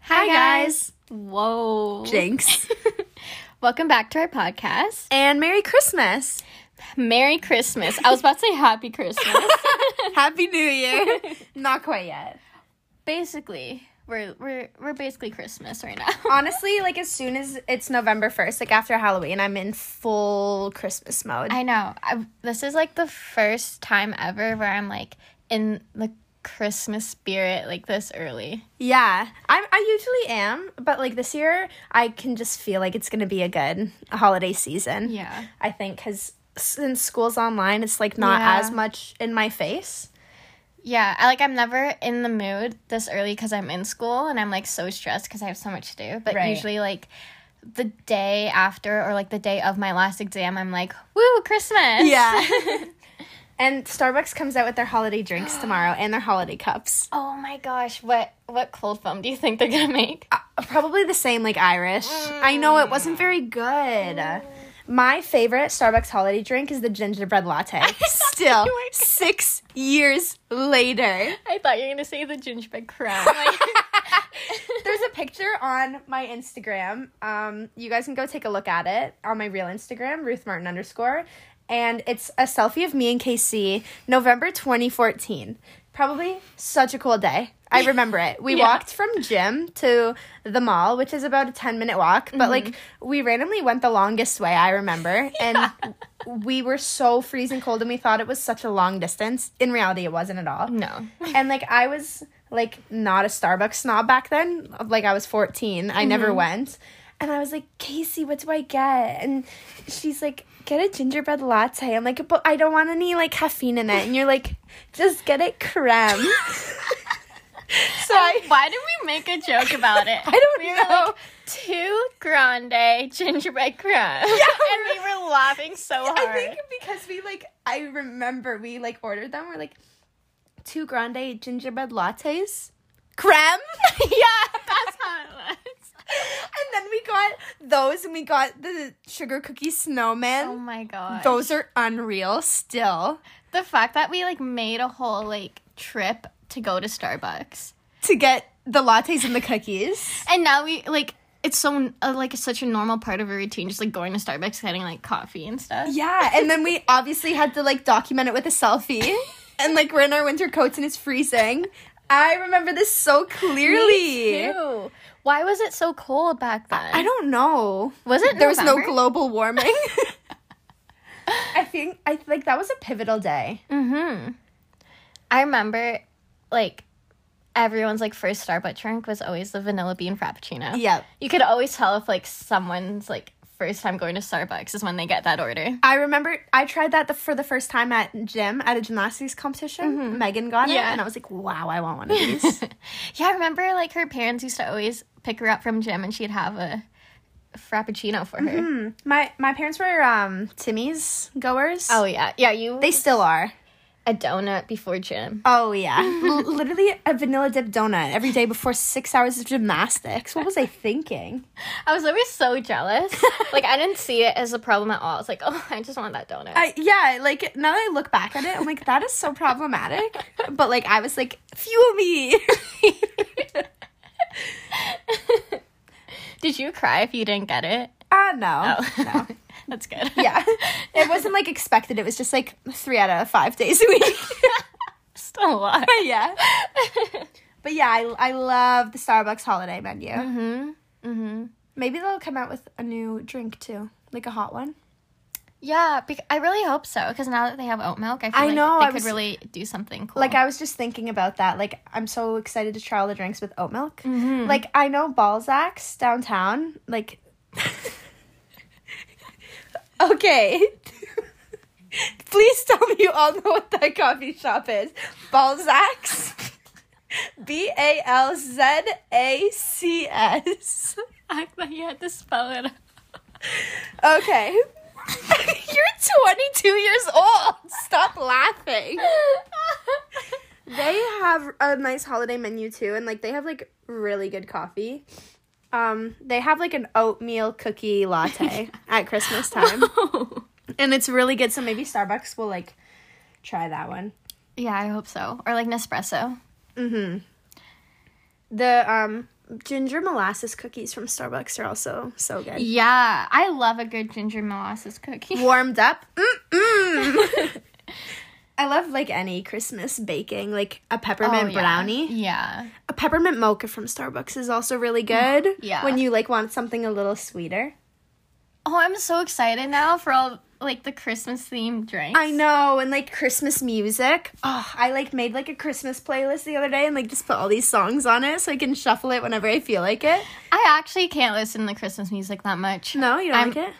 Hi, guys. Whoa. Jinx. Welcome back to our podcast. and Merry Christmas. Merry Christmas. I was about to say Happy Christmas. Happy New Year. Not quite yet. basically, we're we're we're basically Christmas right now. Honestly, like as soon as it's November 1st, like after Halloween, I'm in full Christmas mode. I know. I, this is like the first time ever where I'm like in the Christmas spirit like this early. yeah, I, I usually am, but like this year, I can just feel like it's going to be a good holiday season. Yeah. I think because since school's online, it's like not Yeah. as much in my face. Yeah, I like I'm never in the mood this early because I'm in school and I'm like so stressed because I have so much to do. But Right. usually like the day after or like the day of my last exam, I'm like, woo, Christmas. and Starbucks comes out with their holiday drinks tomorrow and their holiday cups. Oh my gosh, what what cold foam do you think they're gonna make? Probably the same like Irish. I know it Mm. wasn't very good. My favorite Starbucks holiday drink is the gingerbread latte. Still, you were- six years later. I thought you were gonna say the gingerbread crown. Like, There's a picture on my Instagram. Um, you guys can go take a look at it on my real Instagram, Ruth Martin underscore. And it's a selfie of me and KC, November 2014. Probably such a cool day. I remember it. We Yeah. walked from gym to the mall, which is about a 10 minute walk, but like we randomly went the longest way, I remember. And we were so freezing cold and we thought it was such a long distance. In reality, it wasn't at all no. and like I was like not a Starbucks snob back then. Like I was 14. I never went. And I was like, Casey, what do I get? And she's like, get a gingerbread latte. I'm like, but I don't want any like caffeine in it. And you're like, just get it creme. so I, Why did we make a joke about it? I don't we were know. like two grande gingerbread crowns. and we were laughing so hard. I think because we like, I remember we like ordered them. We're like, two grande gingerbread lattes, creme. yeah, that's how it was. And then we got those and we got the sugar cookie Oh snowman. my god. those are unreal still the fact that we like made a whole like trip to go to Starbucks. to get the lattes and the cookies. And now we like it's so uh, like it's such a normal part of a routine just like going to Starbucks getting like coffee and stuff. Yeah, and then we obviously had to like document it with a selfie. and like we're in our winter coats and it's freezing. I remember this so clearly. Ew. Why was it so cold back then? I don't know. was it There was no November? global warming. I think I like that was a pivotal day. I remember like everyone's like first Starbucks drink was always the vanilla bean frappuccino. Yep. You could always tell if like someone's like first time going to Starbucks is when they get that order. I remember I tried that the, for the first time at gym at a gymnastics competition. Megan got it, Yeah. and I was like, "Wow, I want one of these." Yeah, I remember like her parents used to always pick her up from gym and she'd have a frappuccino for her. my my parents were um, Timmy's goers. Oh yeah. Yeah, you they still are. a donut before gym. Oh yeah, L- literally a vanilla dip donut every day before six hours of gymnastics. What was I thinking? I was always so jealous. like I didn't see it as a problem at all. It's like, oh, I just want that donut. I yeah, like now that I look back at it, I'm like, that is so problematic. But like, I was like, fuel me. Did you cry if you didn't get it? Ah no, no. That's good. Yeah, it wasn't like expected. It was just like three out of five days a week. Still a lot. yeah. but yeah, I, I love the Starbucks holiday menu. Mm-hmm. Mm-hmm. Maybe they'll come out with a new drink too, like a hot one. Yeah, bec- I really hope so because now that they have oat milk, I feel I like know, they I could was- really do something cool. Like I was just thinking about that. Like I'm so excited to try all the drinks with oat milk. Like I know Balzac's downtown. Like okay. Please tell me you all know what that coffee shop is. Balzac's. B A L Z A C S. I thought you had to spell it. Okay. You're 22 years old. Stop laughing. They have a nice holiday menu too and like they have like really good coffee. Um they have like an oatmeal cookie latte at Christmas time and it's really good so maybe Starbucks will like try that one. yeah, I hope so. Or like Nespresso. Mm-hmm. The um ginger molasses cookies from Starbucks are also so good. Yeah, I love a good ginger molasses cookie. warmed up. Mm-mm. I love like any Christmas baking, like a peppermint Oh, yeah. brownie. Yeah. A peppermint mocha from Starbucks is also really good. Mm, Yeah. When you like want something a little sweeter. Oh, I'm so excited now for all like the Christmas themed drinks. I know, and like Christmas music. Oh, I like made like a Christmas playlist the other day and like just put all these songs on it so I can shuffle it whenever I feel like it. I actually can't listen to Christmas music that much. No, you don't I'm- like it?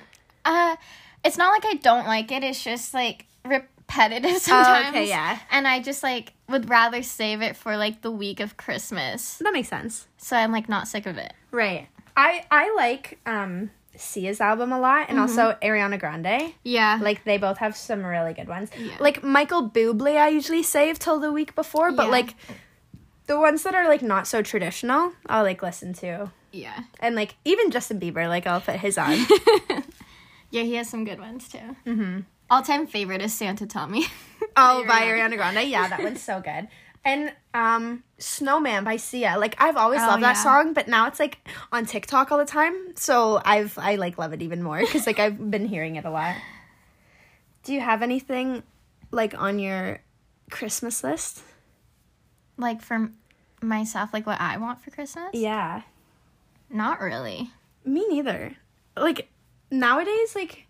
Uh, it's not like I don't like it. It's just like repetitive sometimes. yeah. And I just like would rather save it for like the week of Christmas, That makes sense. so I'm like not sick of it. Right. I I like um Sia's album a lot Mm-hmm. and also Ariana Grande. Yeah. Like Like they both have some really good ones. Yeah. Like Michael Bublé I usually save till the week before, but Yeah. like the ones that are like not so traditional, I'll like listen to. yeah. And like even Justin Bieber, like I'll put his on. Yeah, he has some good ones too. Mm-hmm. All time favorite is Santa Tell Me. oh, by Ariana Grande. Yeah, that one's so good. And um Snowman by Sia. Like I've always Oh, loved that yeah. song, but now it's like on TikTok all the time. So I've I like love it even more cuz like I've been hearing it a lot. Do you have anything like on your Christmas list? like for myself, like what I want for Christmas? Yeah. Not really. Me neither. Like nowadays, like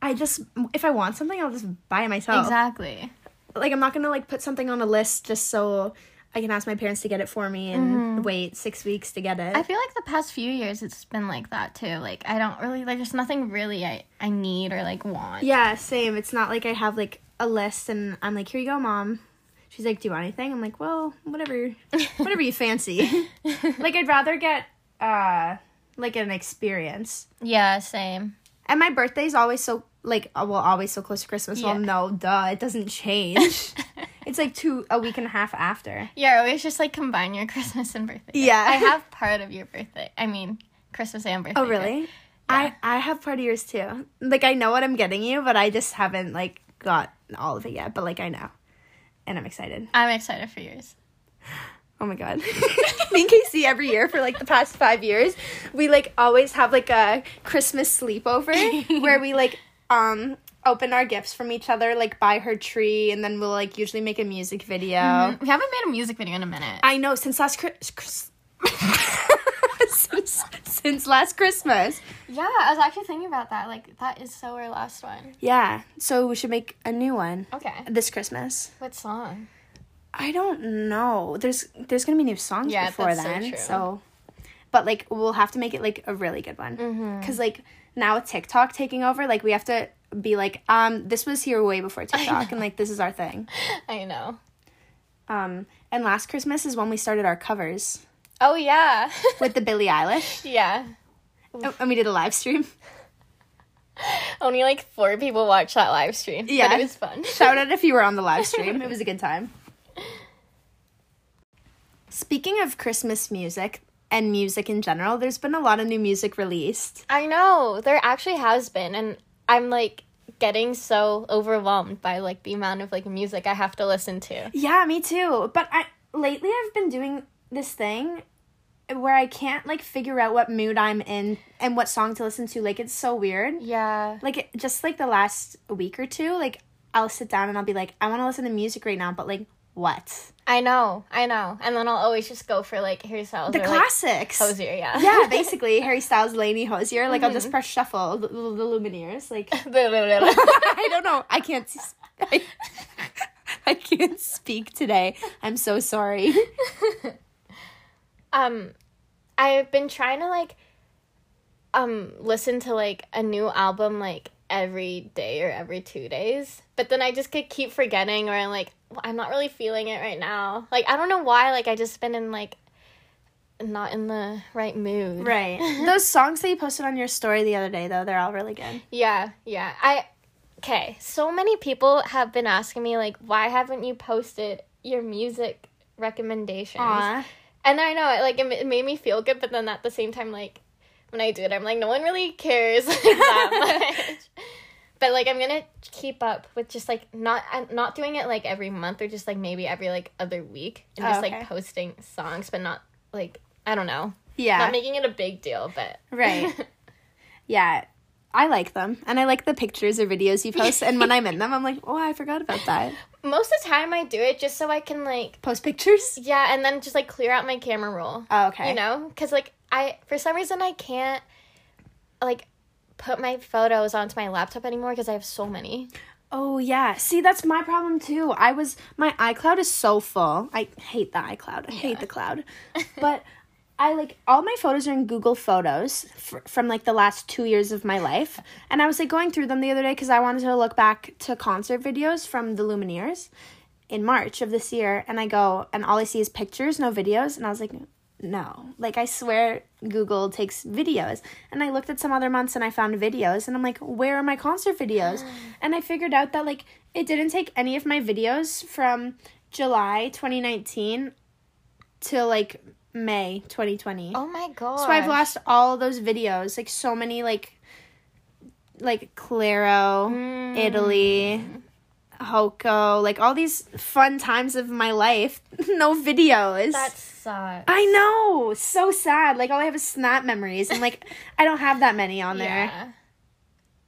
I just if I want something, I'll just buy it myself. Exactly. Like I'm not gonna like put something on a list just so I can ask my parents to get it for me and wait six weeks to get it. I feel like the past few years it's been like that too. Like I don't really like there's nothing really I, I need or like want. yeah, same. It's not like I have like a list and I'm like, here you go, mom. She's like, do you want anything? I'm like, well, whatever, whatever you fancy. like I'd rather get uh like an experience. Yeah, same. And my birthday's always so like uh, well always so close to Christmas. Well, Yeah. no, duh, it doesn't change. it's like two a week and a half after. Yeah, always just like combine your Christmas and birthday. Yeah. I have part of your birthday. I mean, Christmas and birthday. Oh really? I I have part of yours too. Like I know what I'm getting you, but I just haven't like got all of it yet. But like I know, and I'm excited. I'm excited for yours. Oh my god. Me and Casey every year for like the past five years, we like always have like a Christmas sleepover where we like um open our gifts from each other like by her tree and then we'll like usually make a music video. We haven't made a music video in a minute. Oh. I know since last Chris- since, since last Christmas. yeah, I was actually thinking about that. Like that is so our last one. Yeah, so we should make a new one Okay. this Christmas. What song? I don't know. There's there's gonna be new songs Yeah, before that's so then. So, true. but like we'll have to make it like a really good one Mm-hmm. because like now with TikTok taking over, like we have to be like, um, this was here way before TikTok, and like this is our thing. I know. Um, and last Christmas is when we started our covers Oh yeah. with the Billie Eilish, yeah. and- and we did a live stream. Only like four people watched that live stream. Yeah. But it was fun. Shout out if you were on the live stream. It was a good time. Speaking of Christmas music and music in general, there's been a lot of new music released. I know. There actually has been and I'm like getting so overwhelmed by like the amount of like music I have to listen to. Yeah, me too. But I lately I've been doing this thing where I can't like figure out what mood I'm in and what song to listen to. Like it's so weird. Yeah. Like it, just like the last week or two, like I'll sit down and I'll be like, I want to listen to music right now, but like what? I know, I know. And then I'll always just go for like Harry Styles The or like classics. Hosier, yeah. yeah, basically Harry Styles, Lainey Hosier. Like I'll just press shuffle the, the, the Lumineers. Like I don't know. I can't. s- I, I can't speak today. I'm so sorry. um I've been trying to like um listen to like a new album like every day or every two days. But then I just could keep forgetting or I'm like "Well, I'm not really feeling it right now. Like I don't know why like I just been in like not in the right mood. Right. Those songs that you posted on your story the other day, though, they're all really good. Yeah, yeah. I okay. So many people have been asking me like, why haven't you posted your music recommendations? And I know it like it, ma- it made me feel good, but then at the same time, like when I do it, I'm like, no one really cares like, that much. But like I'm gonna keep up with just like not I'm not doing it like every month or just like maybe every like other week and Oh, just okay. like posting songs, but not like I don't know. Yeah. Not making it a big deal, but Right. yeah. I like them. And I like the pictures or videos you post. and when I'm in them, I'm like, oh, I forgot about that. Most of the time, I do it just so I can like Post pictures? yeah, and then just like clear out my camera roll. Oh, okay. You know, because like I for some reason I can't like put my photos onto my laptop anymore because I have so many. Oh, yeah. See, that's my problem too. I was, my iCloud is so full. I hate the iCloud. I hate the cloud. But I like, all my photos are in Google Photos fr- from like the last two years of my life. And I was like going through them the other day because I wanted to look back to concert videos from the Lumineers in March of this year. And I go, and all I see is pictures, no videos. And I was like, no. Like, I swear Google takes videos. And I looked at some other months and I found videos. And I'm like, where are my concert videos? and I figured out that, like, it didn't take any of my videos from July 2019 till, like, May 2020. Oh my god! So I've lost all those videos, like so many, like like Claro, Italy, Hoko, like all these fun times of my life. no videos. That sucks. I know, so sad. Like all I have is snap memories, and like I don't have that many on there. Yeah.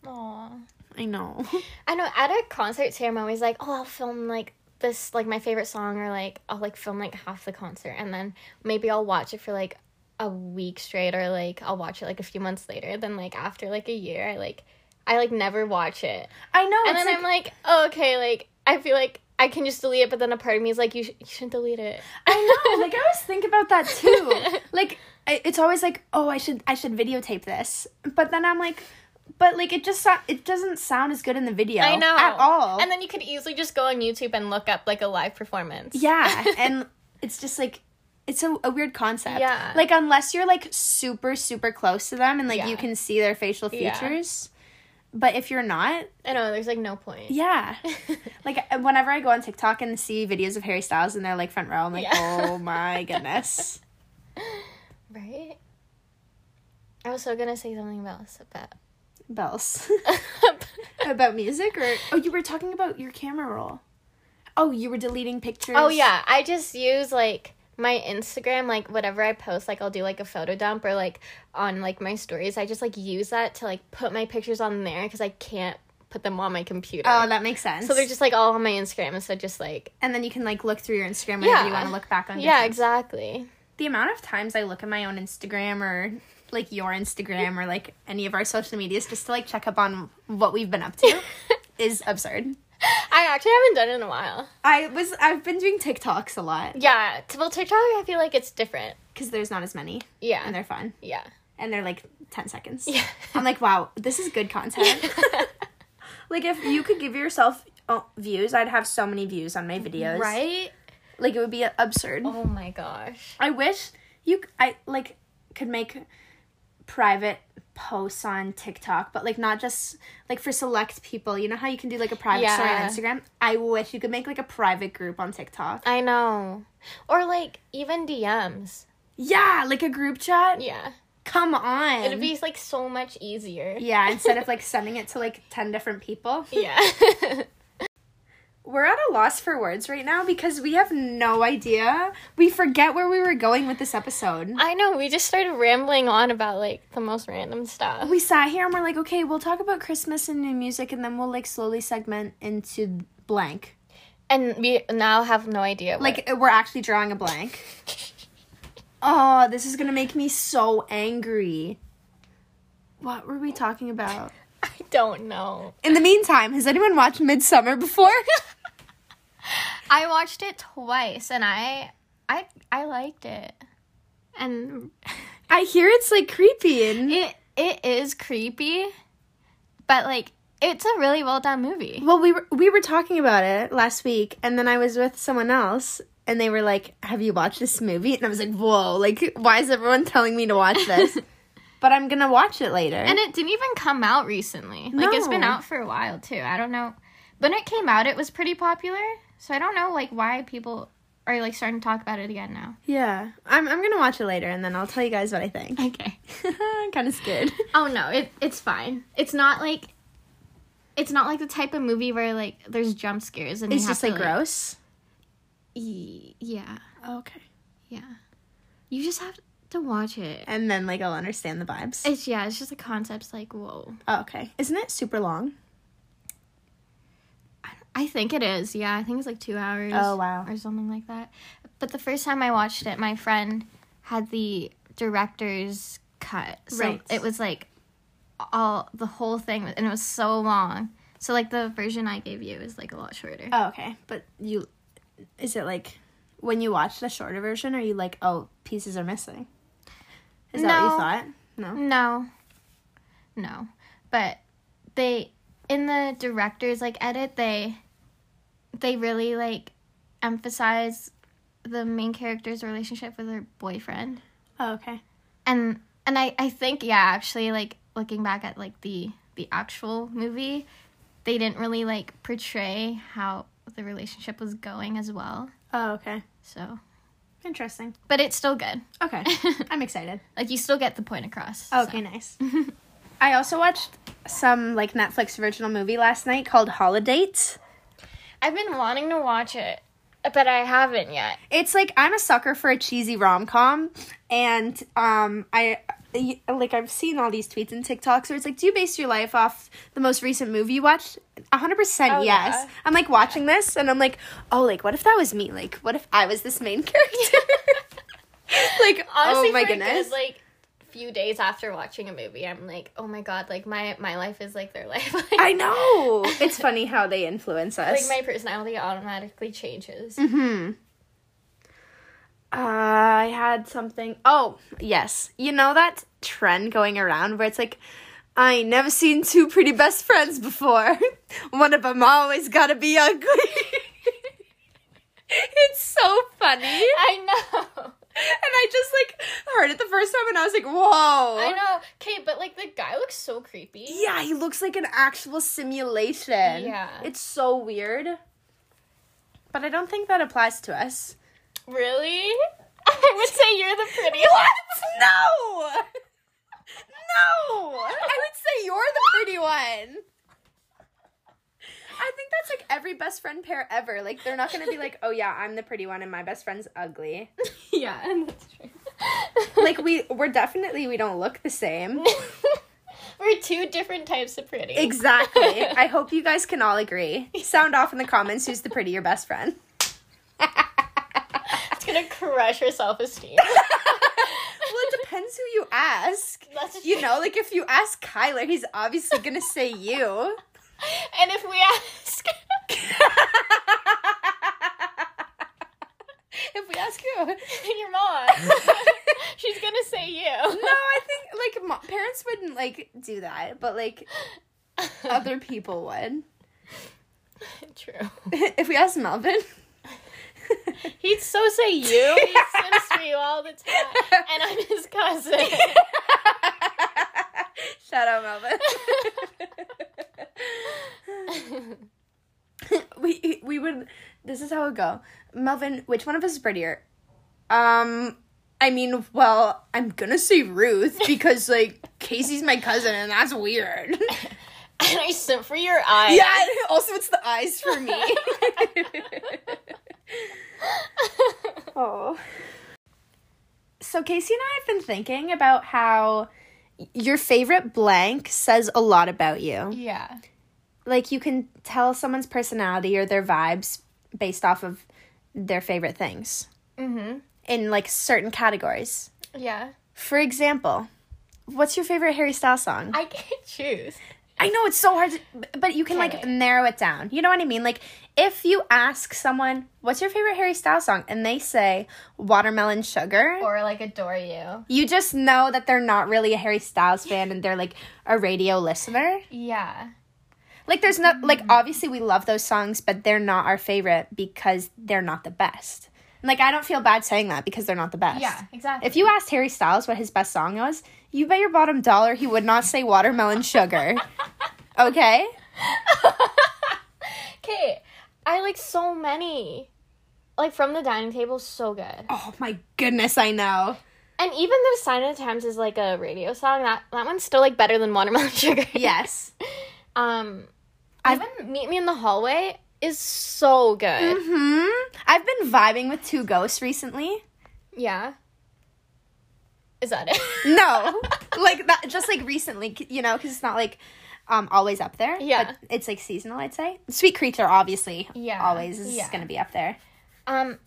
Aw. I know. I know at a concert too, I'm always like, oh, I'll film like this, like my favorite song, or like I'll like film like half the concert, and then maybe I'll watch it for like a week straight, or like I'll watch it like a few months later. Then like after like a year, I like I like never watch it, I know. and it's, then I'm like, oh, okay, like I feel like I can just delete it, but then a part of me is like, you, sh- you shouldn't delete it. I know. Like I always think about that too. Like I, it's always like, oh, I should I should videotape this, but then I'm like, but like it just so- it doesn't sound as good in the video. I know at all. and then you could easily just go on YouTube and look up like a live performance. yeah, and it's just like. It's a, a weird concept. Yeah. Like, unless you're like super, super close to them and like you Yeah. can see their facial Yeah. features. But if you're not, I know. There's like no point. yeah. like, uh, whenever I go on TikTok and see videos of Harry Styles and they're like front row, I'm like, Yeah. oh my goodness. Right? I was so gonna say something else about. Bells. about music or oh you were talking about your camera roll oh you were deleting pictures oh yeah, I just use like my Instagram, like whatever I post, like I'll do like a photo dump or like on like my stories. I just like use that to like put my pictures on there because I can't put them on my computer. oh that makes sense so they're just like all on my Instagram instead. of Just like and then you can like look through your instagram whenever you Yeah. want to look back on your yeah, things. exactly. the amount of times i look at my own instagram or like your instagram or like any of our social medias just to like check up on what we've been up to is absurd I actually haven't done it in a while. i was i've been doing tiktoks a lot Yeah, t- well TikTok, I feel like it's different. because there's not as many Yeah, and they're fun yeah. and they're like 10 seconds Yeah. i'm like wow this is good content Like if you could give yourself uh, views, I'd have so many views on my videos. right? Like it would be absurd. Oh my gosh. I wish you c- I like could make private posts on TikTok, but like not just like for select people. You know how you can do like a private story on Yeah. Instagram? I wish you could make like a private group on TikTok. I know. Or like even DMs. Yeah, like a group chat. Yeah. Come on. It'd be like so much easier. yeah, instead of like sending it to like 10 different people. Yeah. We're at a loss for words right now because we have no idea. We forget where we were going with this episode. I know, we just started rambling on about like the most random stuff. We sat here and we're like, okay, we'll talk about Christmas and new music and then we'll like slowly segment into blank. And we now have no idea. What, Like, we're actually drawing a blank. Oh, this is gonna make me so angry. What were we talking about? I don't know. In the meantime, has anyone watched Midsummer before? I watched it twice and I I I liked it. And I hear it's like creepy and it it is creepy, but like it's a really well done movie. Well, we were we were talking about it last week, and then I was with someone else, and they were like, "Have you watched this movie?" And I was like, "Whoa! Like, why is everyone telling me to watch this?" but I'm gonna watch it later. And it didn't even come out recently. Like it's been No. out for a while too. I don't know. When it came out, it was pretty popular. So I don't know like why people are like starting to talk about it again now. yeah, I'm I'm gonna watch it later, and then I'll tell you guys what I think. Okay. I'm kind of scared. Oh no, it it's fine. It's not like it's not like the type of movie where like there's jump scares and It's you just have like to, gross. y- yeah, Oh, Okay. yeah. You just have to watch it. and then like I'll understand the vibes. It's yeah, it's just the concept's like whoa. Oh, okay. Isn't it super long? I think it is. Yeah, I think it's like two hours. Oh, wow. or something like that. But the first time I watched it, my friend had the director's cut, so Right. it was like all the whole thing, and it was so long. So like the version I gave you is like a lot shorter. Oh, okay. But you, is it like when you watch the shorter version, are you like, oh, pieces are missing? Is that what No. you thought? No. No. No. But they in the director's like edit they they really like emphasize the main character's relationship with her boyfriend. Oh, okay. And and I I think yeah, actually like looking back at like the the actual movie, they didn't really like portray how the relationship was going as well. Oh, okay. So, Interesting. but it's still good. Okay. I'm excited. Like you still get the point across. so. Okay, nice. I also watched some like Netflix original movie last night called Holidates. I've been wanting to watch it, but I haven't yet. It's like I'm a sucker for a cheesy rom com, and um, I y- like I've seen all these tweets and TikToks where it's like, do you base your life off the most recent movie you watched? hundred Oh, percent, yes. yeah. I'm like watching this, and I'm like, oh, like what if that was me? Like what if I was this main character? like Honestly, oh my for a good, goodness, like few days after watching a movie, I'm like, oh my god, like my my life is like their life. Like, I know. It's funny how they influence us. Like my personality automatically changes. Mm-hmm. I had something. Oh, yes. You know that trend going around where it's like, I ain't never seen two pretty best friends before. One of them always gotta be ugly. it's so funny. And I know. I just like heard it the first time and I was like, whoa. I know. Okay, but like the guy looks so creepy. Yeah, he looks like an actual simulation. Yeah. It's so weird. But I don't think that applies to us. Really? I would say you're the pretty one. No! No! I would say you're the pretty one. I think that's like every best friend pair ever. Like, they're not gonna be like, oh yeah, I'm the pretty one and my best friend's ugly. Yeah, that's true. Like, we, we're definitely, we don't look the same. We're two different types of pretty. Exactly. I hope you guys can all agree. Sound off in the comments who's the prettier best friend. It's gonna crush her self esteem. Well, it depends who you ask. That's You know, like if you ask Kyler, he's obviously gonna say you. And if we ask, If we ask you, your mom, she's gonna say you. No, I think like mo- parents wouldn't like do that, but like Uh, other people would. True. if we ask Melvin, He'd so say you. He swims for you all the time, and I'm his cousin. shout out Melvin. we we would. This is how it would go. Melvin, which one of us is prettier? Um, I mean, well, I'm gonna say Ruth because like Casey's my cousin, and that's weird. and I simp for your eyes. Yeah, and also it's the eyes for me. oh. So Casey and I have been thinking about how your favorite blank says a lot about you. Yeah. Like you can tell someone's personality or their vibes based off of their favorite things Mhm. in like certain categories. Yeah. For example, what's your favorite Harry Styles song? I can't choose. I know it's so hard, to, but- but you can like Okay. narrow it down. You know what I mean? Like if you ask someone, "What's your favorite Harry Styles song?" and they say "Watermelon Sugar," Or like adore you. you just know that they're not really a Harry Styles fan and they're like a radio listener. Yeah. Like there's not like Mm-hmm. obviously we love those songs, but they're not our favorite because they're not the best. And, like I don't feel bad saying that because they're not the best. Yeah. Exactly. If you asked Harry Styles what his best song was, you bet your bottom dollar he would not say "Watermelon Sugar." okay. Okay. I like so many. Like from the dining table, so good. Oh my goodness, I know. And even though "Sign of the Times" is like a radio song, that that one's still like better than "Watermelon Sugar." Yes. Um, I've- even "Meet Me in the Hallway" is so good. Mm-hmm. hmm. I've been vibing with two ghosts recently. Yeah. Is that it? No, like that. Just like recently, c- you know, because it's not like um always up there. Yeah. but it's like seasonal. I'd say Sweet Creature, obviously. Yeah, always is yeah. gonna be up there. Um,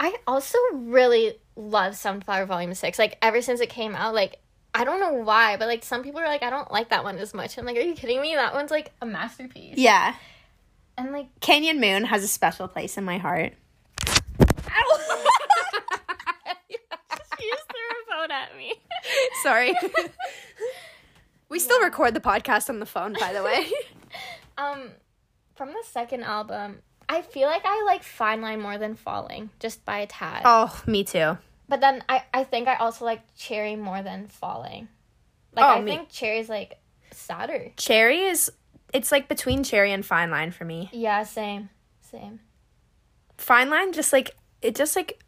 I also really love Sunflower Volume Six. Like ever since it came out, like I don't know why, but like some people are like, I don't like that one as much. I'm like, are you kidding me? That one's like a masterpiece. Yeah, And like, Canyon Moon has a special place in my heart. ow! she just threw her phone at me. Sorry. we still record the podcast on the phone, by the way. Um, from the second album, I feel like I like Fine Line more than Falling, just by a tad. oh, me too. But then I, I think I also like Cherry more than Falling. Like Oh, I me- think Cherry's like sadder. Cherry is. It's like between Cherry and Fine Line for me. Yeah, same, same. Fine Line just like it just like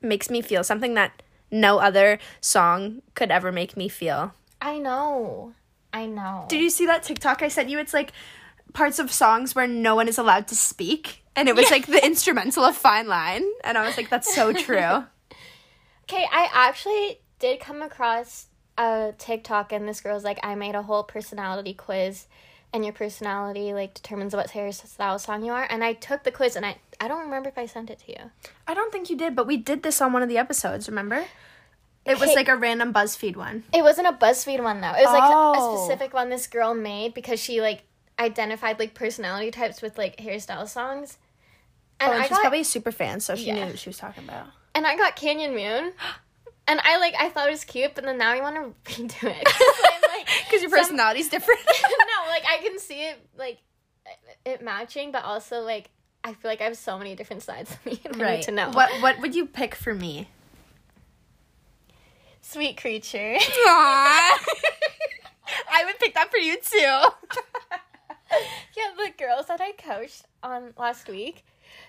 makes me feel something that no other song could ever make me feel. I know, I know. Did you see that TikTok I sent you? It's like parts of songs where no one is allowed to speak. And it was like the instrumental of Fine Line. And I was like, that's so true. Okay, I actually did come across a TikTok, and this girl's like, I made a whole personality quiz, and your personality like determines what Harry Styles song you are. And I took the quiz, and I I don't remember if I sent it to you. I don't think you did, but we did this on one of the episodes, remember? It was Hey- like a random BuzzFeed one. It wasn't a BuzzFeed one though. It was like a- a Oh. specific one this girl made because she like identified like personality types with like hairstyle songs. And Oh, and I she's got probably a super fan, so she Yeah. knew what she was talking about. and I got Canyon Moon. And I like I thought it was cute, but then now I want to redo it. 'Cause I'm, like, Because your some- personality's different. no, like I can see it like it matching, but also like I feel like I have so many different sides of me. And I need to know. What what would you pick for me? sweet creature? I would pick that for you too. yeah, the girls that I coached on last week,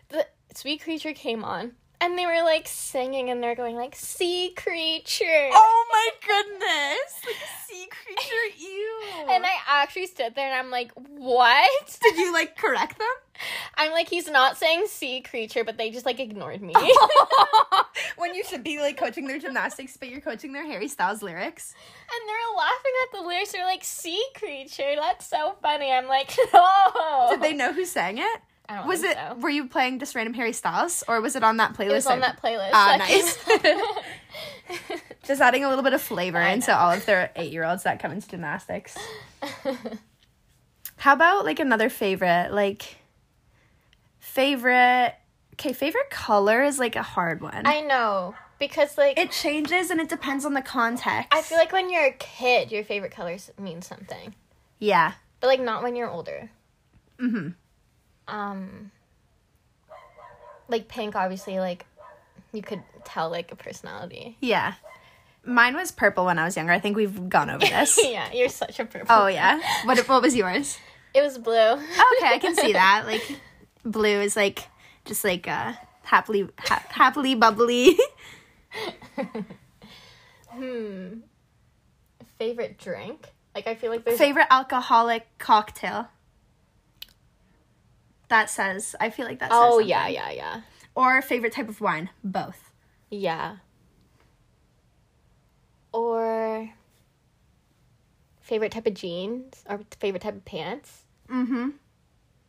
the sweet creature came on and they were like singing and they're going like sea creature. Oh my goodness. Like a sea creature, ew. And I actually stood there and I'm like, what? Did you like correct them? I'm like, he's not saying sea creature, but they just like ignored me. Oh. when you should be like coaching their gymnastics, but you're coaching their Harry Styles lyrics. And they were laughing at the lyrics. They're like, "Sea creature, that's so funny." I'm like, "No." Did they know who sang it? Oh. I don't Was think it so. were you playing just random Harry Styles or was it on that playlist? It was on I- that playlist. Ah, that came Just adding a little bit of flavor I into know. all of their eight year olds that come into gymnastics. out. How about like another favorite? Like favorite okay, favorite color is like a hard one. I know because like it changes and it depends on the context. I feel like when you're a kid, your favorite colors mean something, Yeah. but like not when you're older. Mhm. Um, like pink, obviously, like you could tell like a personality. Yeah. Mine was purple when I was younger. I think we've gone over this. yeah, you're such a purple. oh yeah. What what was yours? it was blue. Okay, I can see that. Like blue is like just like uh happily ha- happily bubbly. Hmm. Favorite drink? Like I feel like there's Favorite alcoholic cocktail. That says I feel like that says Oh something. yeah, yeah, yeah. Or favorite type of wine, both. Yeah. Or favorite type of jeans or favorite type of pants Mhm.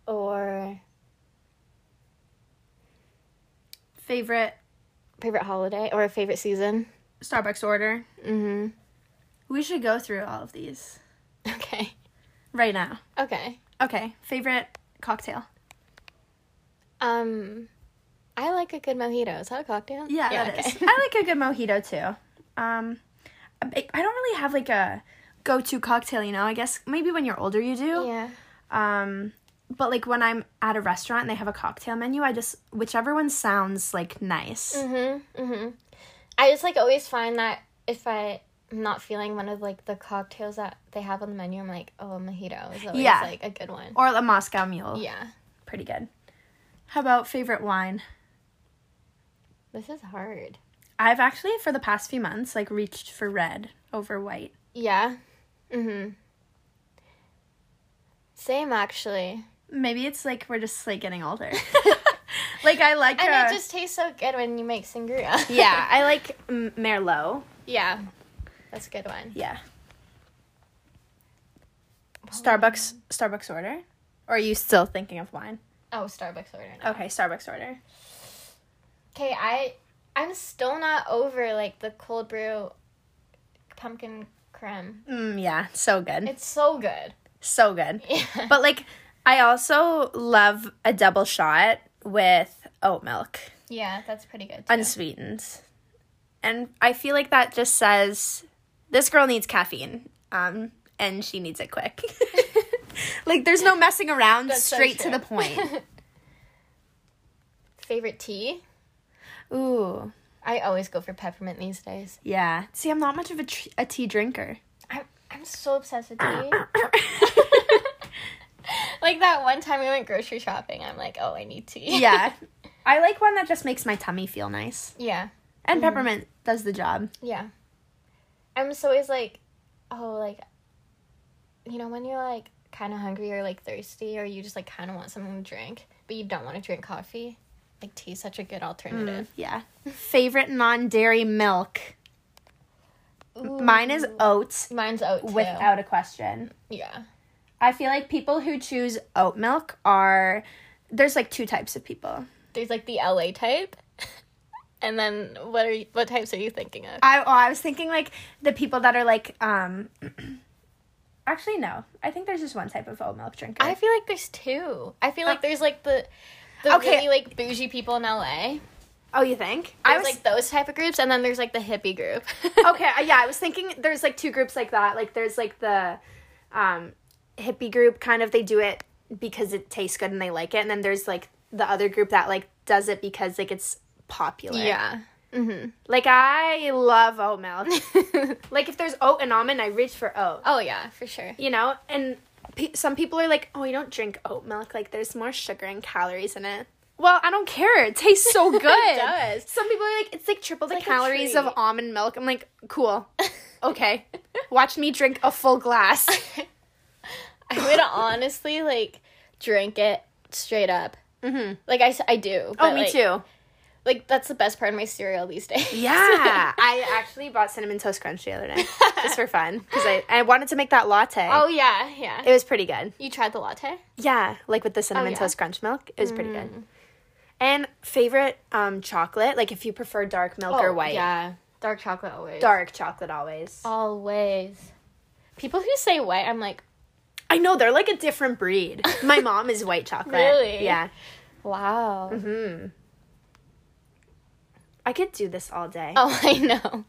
or Favorite favorite holiday or favorite season. Starbucks order. Mhm. We should go through all of these Okay. right now. Okay. Okay, favorite cocktail. Um I like a good mojito. Is that a cocktail? Yeah, that is. okay. I like a good mojito too. Um, I I don't really have like a go-to cocktail, you know. I guess maybe when you're older you do. yeah. Um, but like when I'm at a restaurant and they have a cocktail menu, I just whichever one sounds like nice. Mhm. Mhm. I just like always find that if I am not feeling one of like the cocktails that they have on the menu, I'm like, oh, a mojito is always Yeah. like a good one. Or a Moscow Mule, yeah. pretty good. How about favorite wine? This is hard. I've actually for the past few months like reached for red over white. Yeah. Mhm. Same actually. Maybe it's like we're just like getting older. like uh, I like And a- it just tastes so good when you make sangria. yeah, I like m- Merlot. Yeah. That's a good one. Yeah. Starbucks Starbucks order? Or are you still thinking of wine? Oh, Starbucks order. now. Okay, Starbucks order. Okay, I I'm still not over like the cold brew pumpkin creme. Mm, yeah, so good. It's so good. so good. Yeah. But like I also love a double shot with oat milk. Yeah, that's pretty good. Too. unsweetened. And I feel like that just says this girl needs caffeine, um, and she needs it quick. like there's no messing around, That's so straight to true. the point. Favorite tea? Ooh, I always go for peppermint these days. yeah. See, I'm not much of a, tr- a tea drinker. I'm I'm so obsessed with tea. like that one time we went grocery shopping, I'm like, oh, I need tea. yeah, I like one that just makes my tummy feel nice, yeah. and peppermint does the job. Yeah. I'm just always like, oh, like, you know, when you're like kind of hungry or like thirsty or you just like kind of want something to drink, but you don't want to drink coffee, like tea's such a good alternative. Yeah. Favorite non-dairy milk? Mine is oats, Mine's oat too. without a question. Yeah. I feel like people who choose oat milk are there's like two types of people. There's like the LA type. and then what are you, what types are you thinking of? I oh, I was thinking like the people that are like um actually no. I think there's just one type of oat milk drinker. I feel like there's two. I feel like there's like the the Okay. really like bougie people in LA. oh, you think? There's I was like those type of groups and then there's like the hippie group. okay, uh, yeah, I was thinking there's like two groups like that. Like there's like the um hippie group kind of they do it because it tastes good and they like it and then there's like the other group that like does it because like it's popular. Yeah. Like I love oat milk. Mhm. like if there's oat and almond, I reach for oat. Oh yeah, for sure. you know and pe- some people are like oh you don't drink oat milk like there's more sugar and calories in it well i don't care it tastes so good does. some people are like it's like triple the like a calories of treat. almond milk i'm like cool okay watch me drink a full glass I would honestly like drink it straight up. Mm-hmm. Like I, s- I do. oh but, me like- too Like that's the best part of my cereal these days. yeah i actually bought cinnamon toast crunch the other day just for fun because I, I wanted to make that latte oh yeah, yeah. it was pretty good you tried the latte? yeah like with the cinnamon Oh, yeah. Mm. toast crunch milk it was pretty good and favorite um chocolate like if you prefer dark milk or white Oh, Yeah. Dark chocolate always. dark chocolate always. Always. People who say white, I'm like, I know they're like a different breed. My mom is white chocolate. Really? Yeah. wow. I could do this all day. Oh, I know.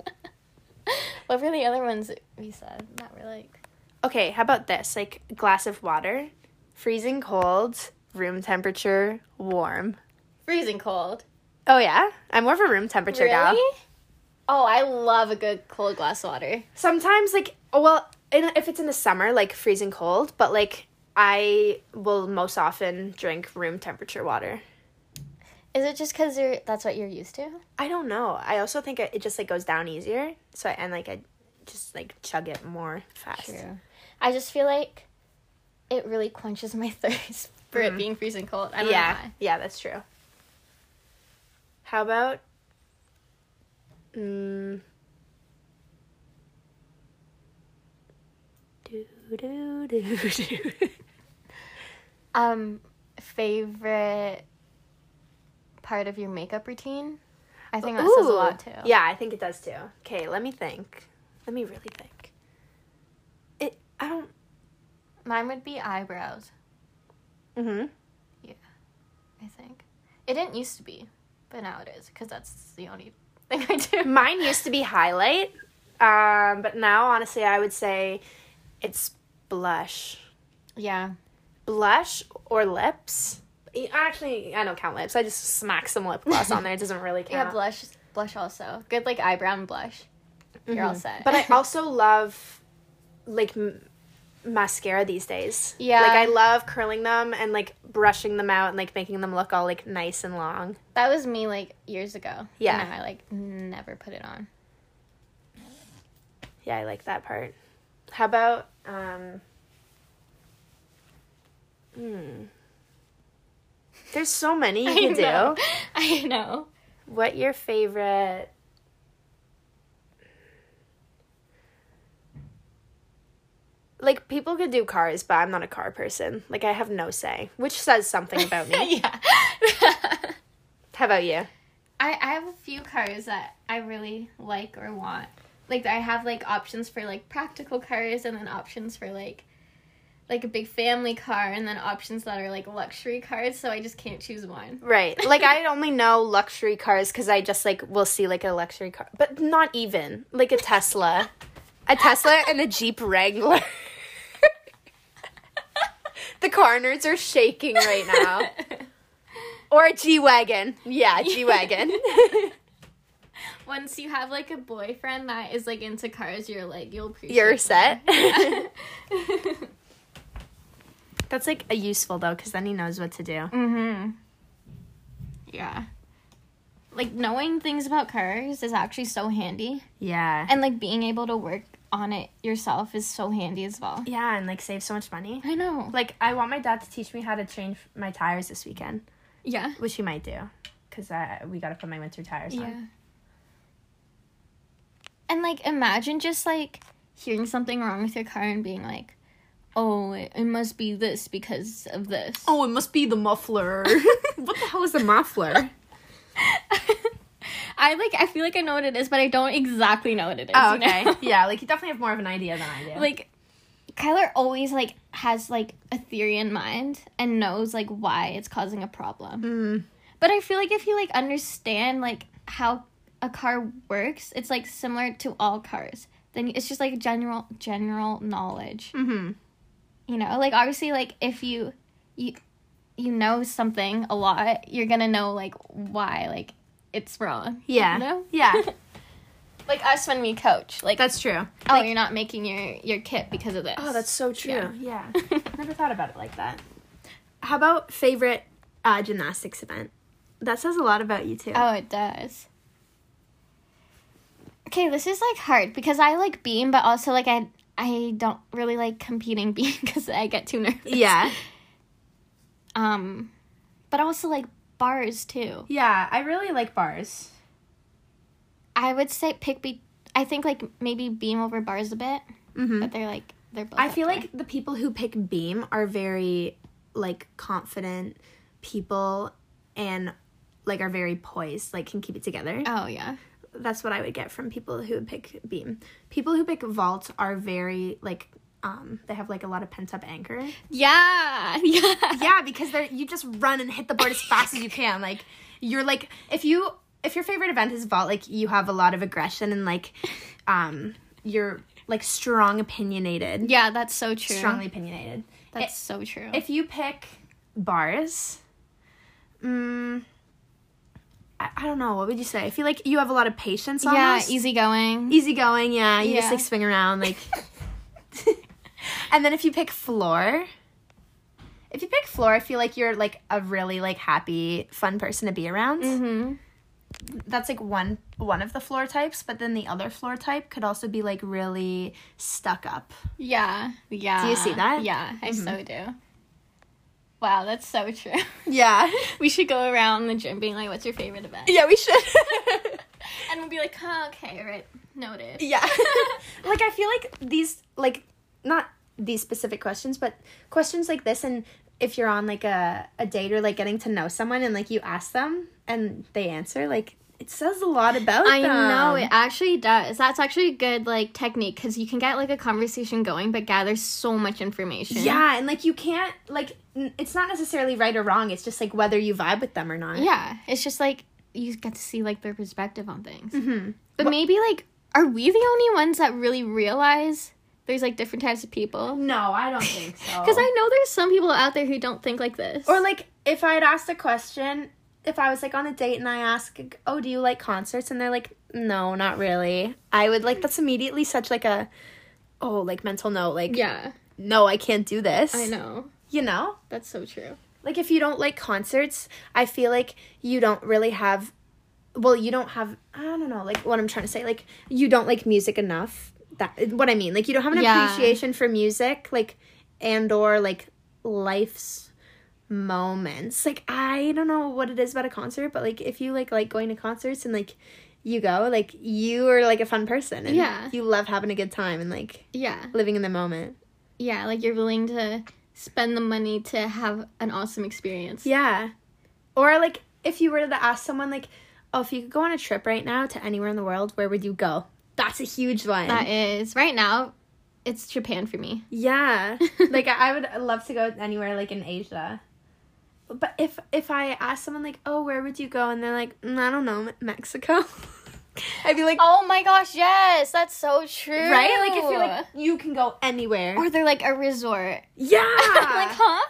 what were the other ones we said that were like? Okay, how about this? Like glass of water, freezing cold, room temperature, warm. Freezing cold. Oh yeah, I'm more of a room temperature gal. Really? Oh, I love a good cold glass of water. Sometimes like well, in, if it's in the summer, like freezing cold, but like I will most often drink room temperature water. Is it just because you're that's what you're used to? I don't know. I also think it, it just like goes down easier. So I, and like I just like chug it more fast. I just feel like it really quenches my thirst for it being freezing cold. I don't yeah, know. yeah, that's true. How about? Mm, do, do, do, do. Why. Um, favorite part of your makeup routine? I think that says a lot too. Ooh, Yeah, I think it does too. Okay, let me think. Let me really think. It. I don't. Mine would be eyebrows. Mm-hmm. I think it didn't used to be, but now it is because that's the only thing I do. Mine used to be highlight, um, but now honestly, I would say it's blush. yeah. blush or lips. E- Actually, I don't count lips. I just smack some lip gloss on there. It doesn't really Yeah, count. blush, blush also good like eyebrow and blush. You're all set. But I also love like m- mascara these days. Yeah. like I love curling them and like brushing them out and like making them look all like nice and long. That was me like years ago. Yeah. And now I like never put it on. Yeah, I like that part. How about um? Hmm. There's so many you can do. know. I know. What your favorite? like people could do cars, but I'm not a car person. Like I have no say, which says something about me. yeah. How about you? I, I have a few cars that I really like or want. Like I have like options for like practical cars and then options for like like a big family car and then options that are like luxury cars, so I just can't choose one. Right. Like I only know luxury cars cuz I just like will see like a luxury car, but not even like a Tesla. a Tesla and a Jeep Wrangler. the car nerds are shaking right now. Or a G-Wagon. Yeah, G-Wagon. Once you have like a boyfriend that is like into cars, you're like you'll appreciate You're them. set. That's like a useful though cuz then he knows what to do. Mhm. Yeah. Like knowing things about cars is actually so handy. Yeah. And like being able to work on it yourself is so handy as well. yeah, and like save so much money. I know. Like I want my dad to teach me how to change my tires this weekend, Yeah. which he might do cuz we got to put my winter tires on. Yeah. And like imagine just like hearing something wrong with your car and being like, "Oh, it, it must be this because of this." Oh, it must be the muffler. what the hell is a muffler? I like I feel like I know what it is, but I don't exactly know what it is. Oh, you know? okay. yeah, like you definitely have more of an idea than I do. like Kyler always like has like a theory in mind and knows like why it's causing a problem. Mm. But I feel like if you like understand like how a car works, it's like similar to all cars. Then it's just like general general knowledge. Mm-hmm. You know, like obviously like if you you you know something a lot, you're going to know like why like it's wrong. Yeah. You know? Yeah, Like us when we coach. Like, that's true. oh, you're not making your your kit because of this. Oh, so true. Yeah. Yeah. Never thought about it like that. How about favorite uh, gymnastics event? That says a lot about you too. Oh, it does. Okay, this is like hard because I like beam, but also like I I don't really like competing beam because I get too nervous. yeah. Um, but also like bars too. Yeah, I really like bars. I would say pick be. I think like maybe beam over bars a bit, Mm-hmm. but they're like they're both. I up feel there. like the people who pick beam are very like confident people and like are very poised, like can keep it together. Oh yeah. that's what I would get from people who would pick beam. People who pick vault are very like um they have like a lot of pent up anger. Yeah. Yeah. yeah, because they're you just run and hit the board as fast as you can. Like you're like if you if your favorite event is vault, like you have a lot of aggression and like um you're like strong opinionated. Yeah. That's so true. Strongly opinionated. That's so true. If you pick bars, mm, I, I don't know, what would you say? I feel like you have a lot of patience yeah. almost e Easygoing. easygoing. Yeah, you just Yeah. like swing around like. and then if you pick floor, if you pick floor, I feel like you're like a really like happy, fun person to be around. Mhm. That's like one one of the floor types, but then the other floor type could also be like really stuck up. Yeah, yeah. Do you see that? Yeah, I so do. Wow, that's so true. Yeah, We should go around the gym being like, "What's your favorite event?" yeah, we should. And we'll be like, "Huh, okay, right, noted." yeah, like I feel like these like not these specific questions, but questions like this and. If you're on like a, a date or like getting to know someone and like you ask them and they answer, like it says a lot about I them. know it actually does. That's actually a good like technique because you can get like a conversation going, but gather so much information. Yeah, and like you can't like n- it's not necessarily right or wrong. It's just like whether you vibe with them or not. yeah. It's just like you get to see like their perspective on things. Mhm. But maybe like, are we the only ones that really realize there's like different types of people? No, I don't think so. Because I know there's some people out there who don't think like this. or like if I had asked a question, if I was like on a date and I ask, "Oh, do you like concerts?" and they're like, "No, not really." I would like that's immediately such like a oh, like mental note like yeah, no, I can't do this. I know. You know? That's so true. like if you don't like concerts i feel like you don't really have well you don't have i don't know like what i'm trying to say like you don't like music enough that what i mean like you don't have an Yeah. appreciation for music like and or like life's moments like i don't know what it is about a concert but like if you like like going to concerts and like you go like you are like a fun person and Yeah. you love having a good time and like Yeah. living in the moment yeah, like you're willing to spend the money to have an awesome experience. Yeah. Or like if you were to ask someone like, "Oh, if you could go on a trip right now to anywhere in the world, where would you go?" That's a huge one. That is right now. It's Japan for me. yeah. like I I would love to go anywhere like in Asia. But if if I ask someone like, "Oh, where would you go?" and they're like, mm, "I don't know, Me- Mexico." I'd be like, Oh my gosh, yes, that's so true. "Right?" Like if you're like you can go anywhere. or they're like a resort. yeah. like, huh?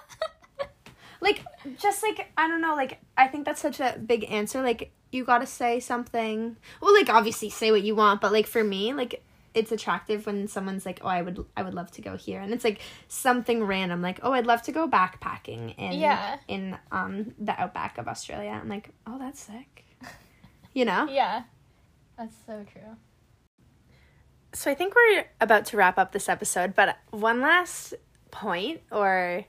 like just like i don't know like i think that's such a big answer like you gotta say something well like obviously say what you want but like for me like it's attractive when someone's like oh i would i would love to go here and it's like something random like oh i'd love to go backpacking in Yeah. in um the outback of australia i'm like oh that's sick you know yeah, that's so true. So I think we're about to wrap up this episode, but one last point or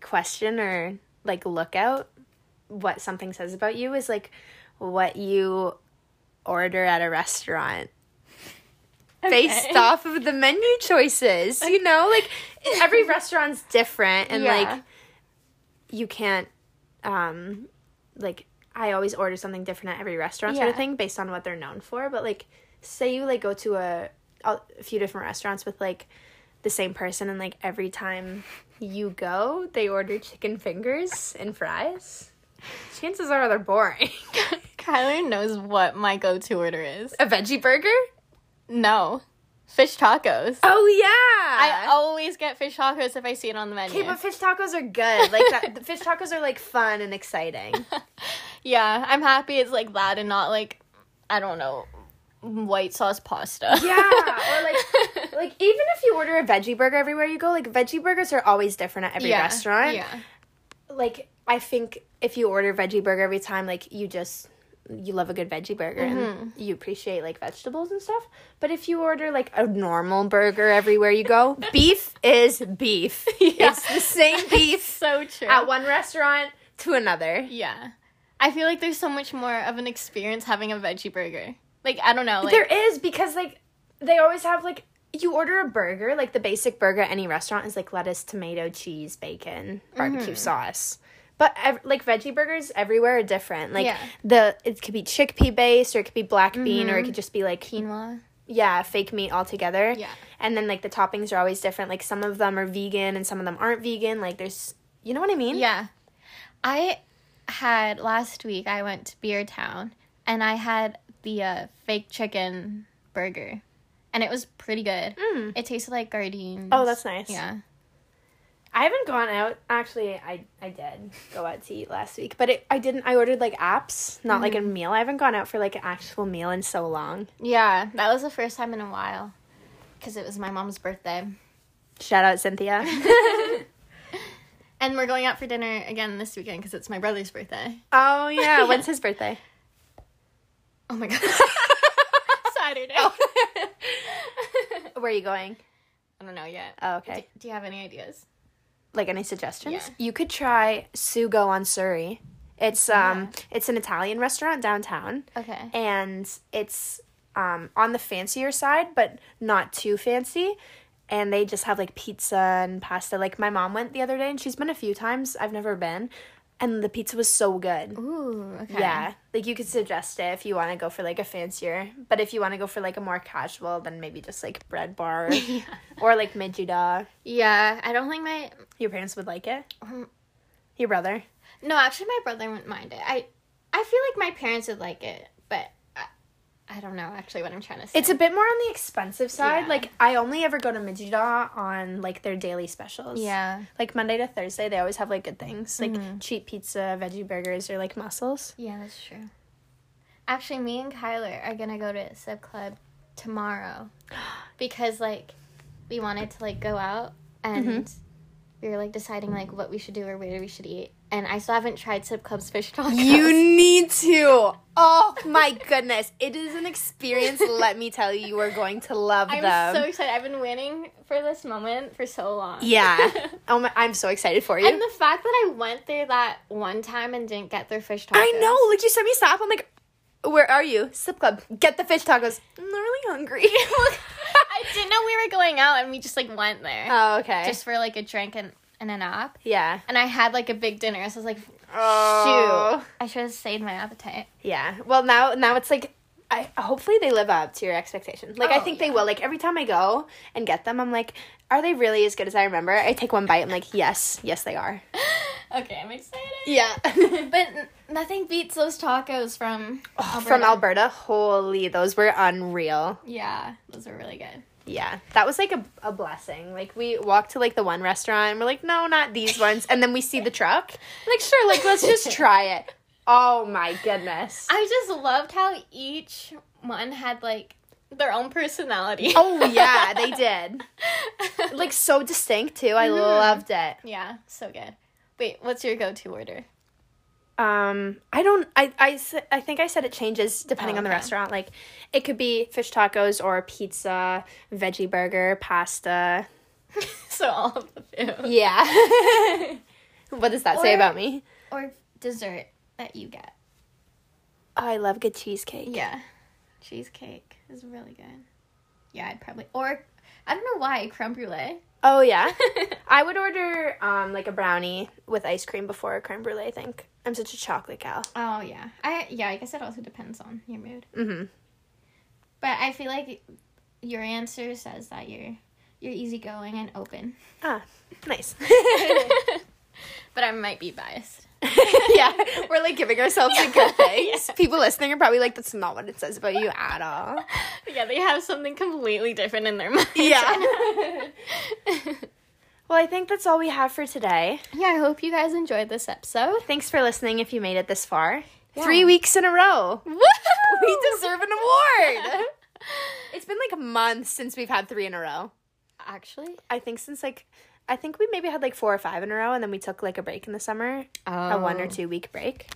question or like lookout what something says about you is like what you order at a restaurant based Okay. off of the menu choices. You know, like every restaurant's different and Yeah. like you can't um like I always order something different at every restaurant sort of Yeah. thing based on what they're known for. But like, say you like go to a a few different restaurants with like the same person, and like every time you go, they order chicken fingers and fries. Chances are they're boring. Kyler knows what my go-to order is. a veggie burger? No, fish tacos. Oh yeah. I always get fish tacos if I see it on the menu. Okay, oh, but fish tacos are good. Like that, the fish tacos are like fun and exciting. yeah, I'm happy it's like that and not like I don't know white sauce pasta. Yeah, or like like even if you order a veggie burger everywhere you go, like veggie burgers are always different at every Yeah, restaurant. Yeah. like I think if you order veggie burger every time, like you just you love a good veggie burger and you appreciate like vegetables and stuff. But if you order like a normal burger everywhere you go, beef is beef. Yeah. It's the same beef So true. at one restaurant to another. yeah. I feel like there's so much more of an experience having a veggie burger. Like I don't know, like there is because like they always have like you order a burger, like the basic burger at any restaurant is like lettuce, tomato, cheese, bacon, barbecue Mm-hmm. sauce. But ev- like veggie burgers everywhere are different. Like Yeah. the it could be chickpea based or it could be black bean Mm-hmm. or it could just be like quinoa. Mm-hmm. yeah, fake meat altogether. Yeah. And then like the toppings are always different. Like some of them are vegan and some of them aren't vegan. Like there's you know what I mean? Yeah. I had last week I went to Beer Town and I had the uh, fake chicken burger. And it was pretty good. Mm. It tasted like Gardein. Oh, that's nice. Yeah. I haven't gone out. Actually, I I did go out to eat last week, but it, I didn't. I ordered like apps, not like a meal. I haven't gone out for like an actual meal in so long. Yeah, that was the first time in a while because it was my mom's birthday. Shout out Cynthia. And we're going out for dinner again this weekend because it's my brother's birthday. oh yeah, when's his birthday? Oh my god. Saturday. Where are you going? I don't know yet. Oh, okay. Do you have any ideas? Like any suggestions? Yeah. You could try Sugo on Surrey. It's um it's an Italian restaurant downtown. Okay. and it's um, on the fancier side, but not too fancy. And they just have like pizza and pasta. Like my mom went the other day, and she's been a few times. I've never been, and the pizza was so good. Ooh, okay. Yeah, like you could suggest it if you want to go for like a fancier, but if you want to go for like a more casual, then maybe just like bread bar or like midgida. Yeah, I don't think my Your parents would like it. Um, Your brother. No, actually my brother wouldn't mind it. I I feel like my parents would like it, but I, I don't know actually what I'm trying to say. It's a bit more on the expensive side. Yeah. Like I only ever go to midgida on like their daily specials. Yeah. like Monday to Thursday, they always have like good things, like cheap pizza, veggie burgers, or like mussels. Yeah, that's true. Actually, me and Kyler are gonna go to sub club tomorrow because like we wanted to like go out and we were like deciding like what we should do or where we should eat. And I still haven't tried sub club's fish tacos. need to. Oh my goodness, it is an experience. Let me tell you, you are going to love I'm so excited. I've been waiting for this moment for so long. yeah. Oh my, I'm so excited for you. and the fact that I went there that one time and didn't get their fish tacos. I know. Like you sent me a snap. I'm like, Where are you? Sip Club. Get the fish tacos. I'm not really hungry. I didn't know we were going out, and we just like went there oh, okay. just for like a drink and, and a nap. yeah. And I had like a big dinner, so I was like, shoot, I should have saved my appetite. Yeah. Well, now now it's like I hopefully they live up to your expectations. Like I Oh, think they yeah. will. Like every time I go and get them, I'm like, are they really as good as I remember? I take one bite, I'm like, yes, yes they are. Okay, I'm excited. Yeah. Oh, But n- nothing beats those tacos from From Alberta, holy, those were unreal. Yeah, those are really good. Yeah, that was like a, a blessing. Like we walked to like the one restaurant, and we're like, no, not these ones. And then we see the truck, I'm like sure, like let's just try it. Oh my goodness. I just loved how each one had like their own personality. Oh yeah, they did. Mm-hmm. Like so distinct too. I loved it. yeah, so good. Wait, what's your go-to order? Um, I don't. I I s- I think I said it changes depending Oh, on the okay. restaurant. Like, it could be fish tacos or pizza, veggie burger, pasta. so all of the food Yeah. what does that say Or- about me? or dessert that you get. Oh, I love good cheesecake. Yeah, cheesecake is really good. Yeah, I'd probably or I don't know why creme brulee. Oh yeah. I would order um like a brownie with ice cream before a creme brulee. I think I'm such a chocolate gal. oh yeah, I yeah. I guess it also depends on your mood. Mm-hmm. But I feel like your answer says that you're you're easygoing and open. Ah, nice. but I might be biased. yeah, we're like giving ourselves a good things. People listening are probably like, that's not what it says about you at all. Yeah, they have something completely different in their mind. Yeah. Well, I think that's all we have for today. yeah, I hope you guys enjoyed this episode. Thanks for listening if you made it this far. Yeah. Three weeks in a row. Woo! We deserve an award. it's been like months since we've had three in a row. Actually, I think since like, I think we maybe had like four or five in a row, and then we took like a break in the summer, a one or two week break.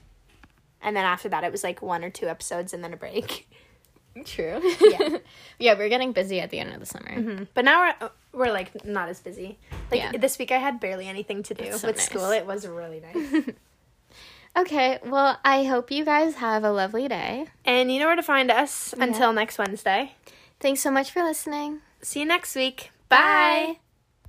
And then after that, it was like one or two episodes and then a break. True. um, Yeah. yeah, we're getting busy at the end of the summer. But now we're uh, we're like not as busy. Like Yeah. this week, I had barely anything to do That's so with nice. school. It was really nice. Okay, well, I hope you guys have a lovely day. and you know where to find us until next Wednesday. Thanks so much for listening. See you next week. Bye. Bye.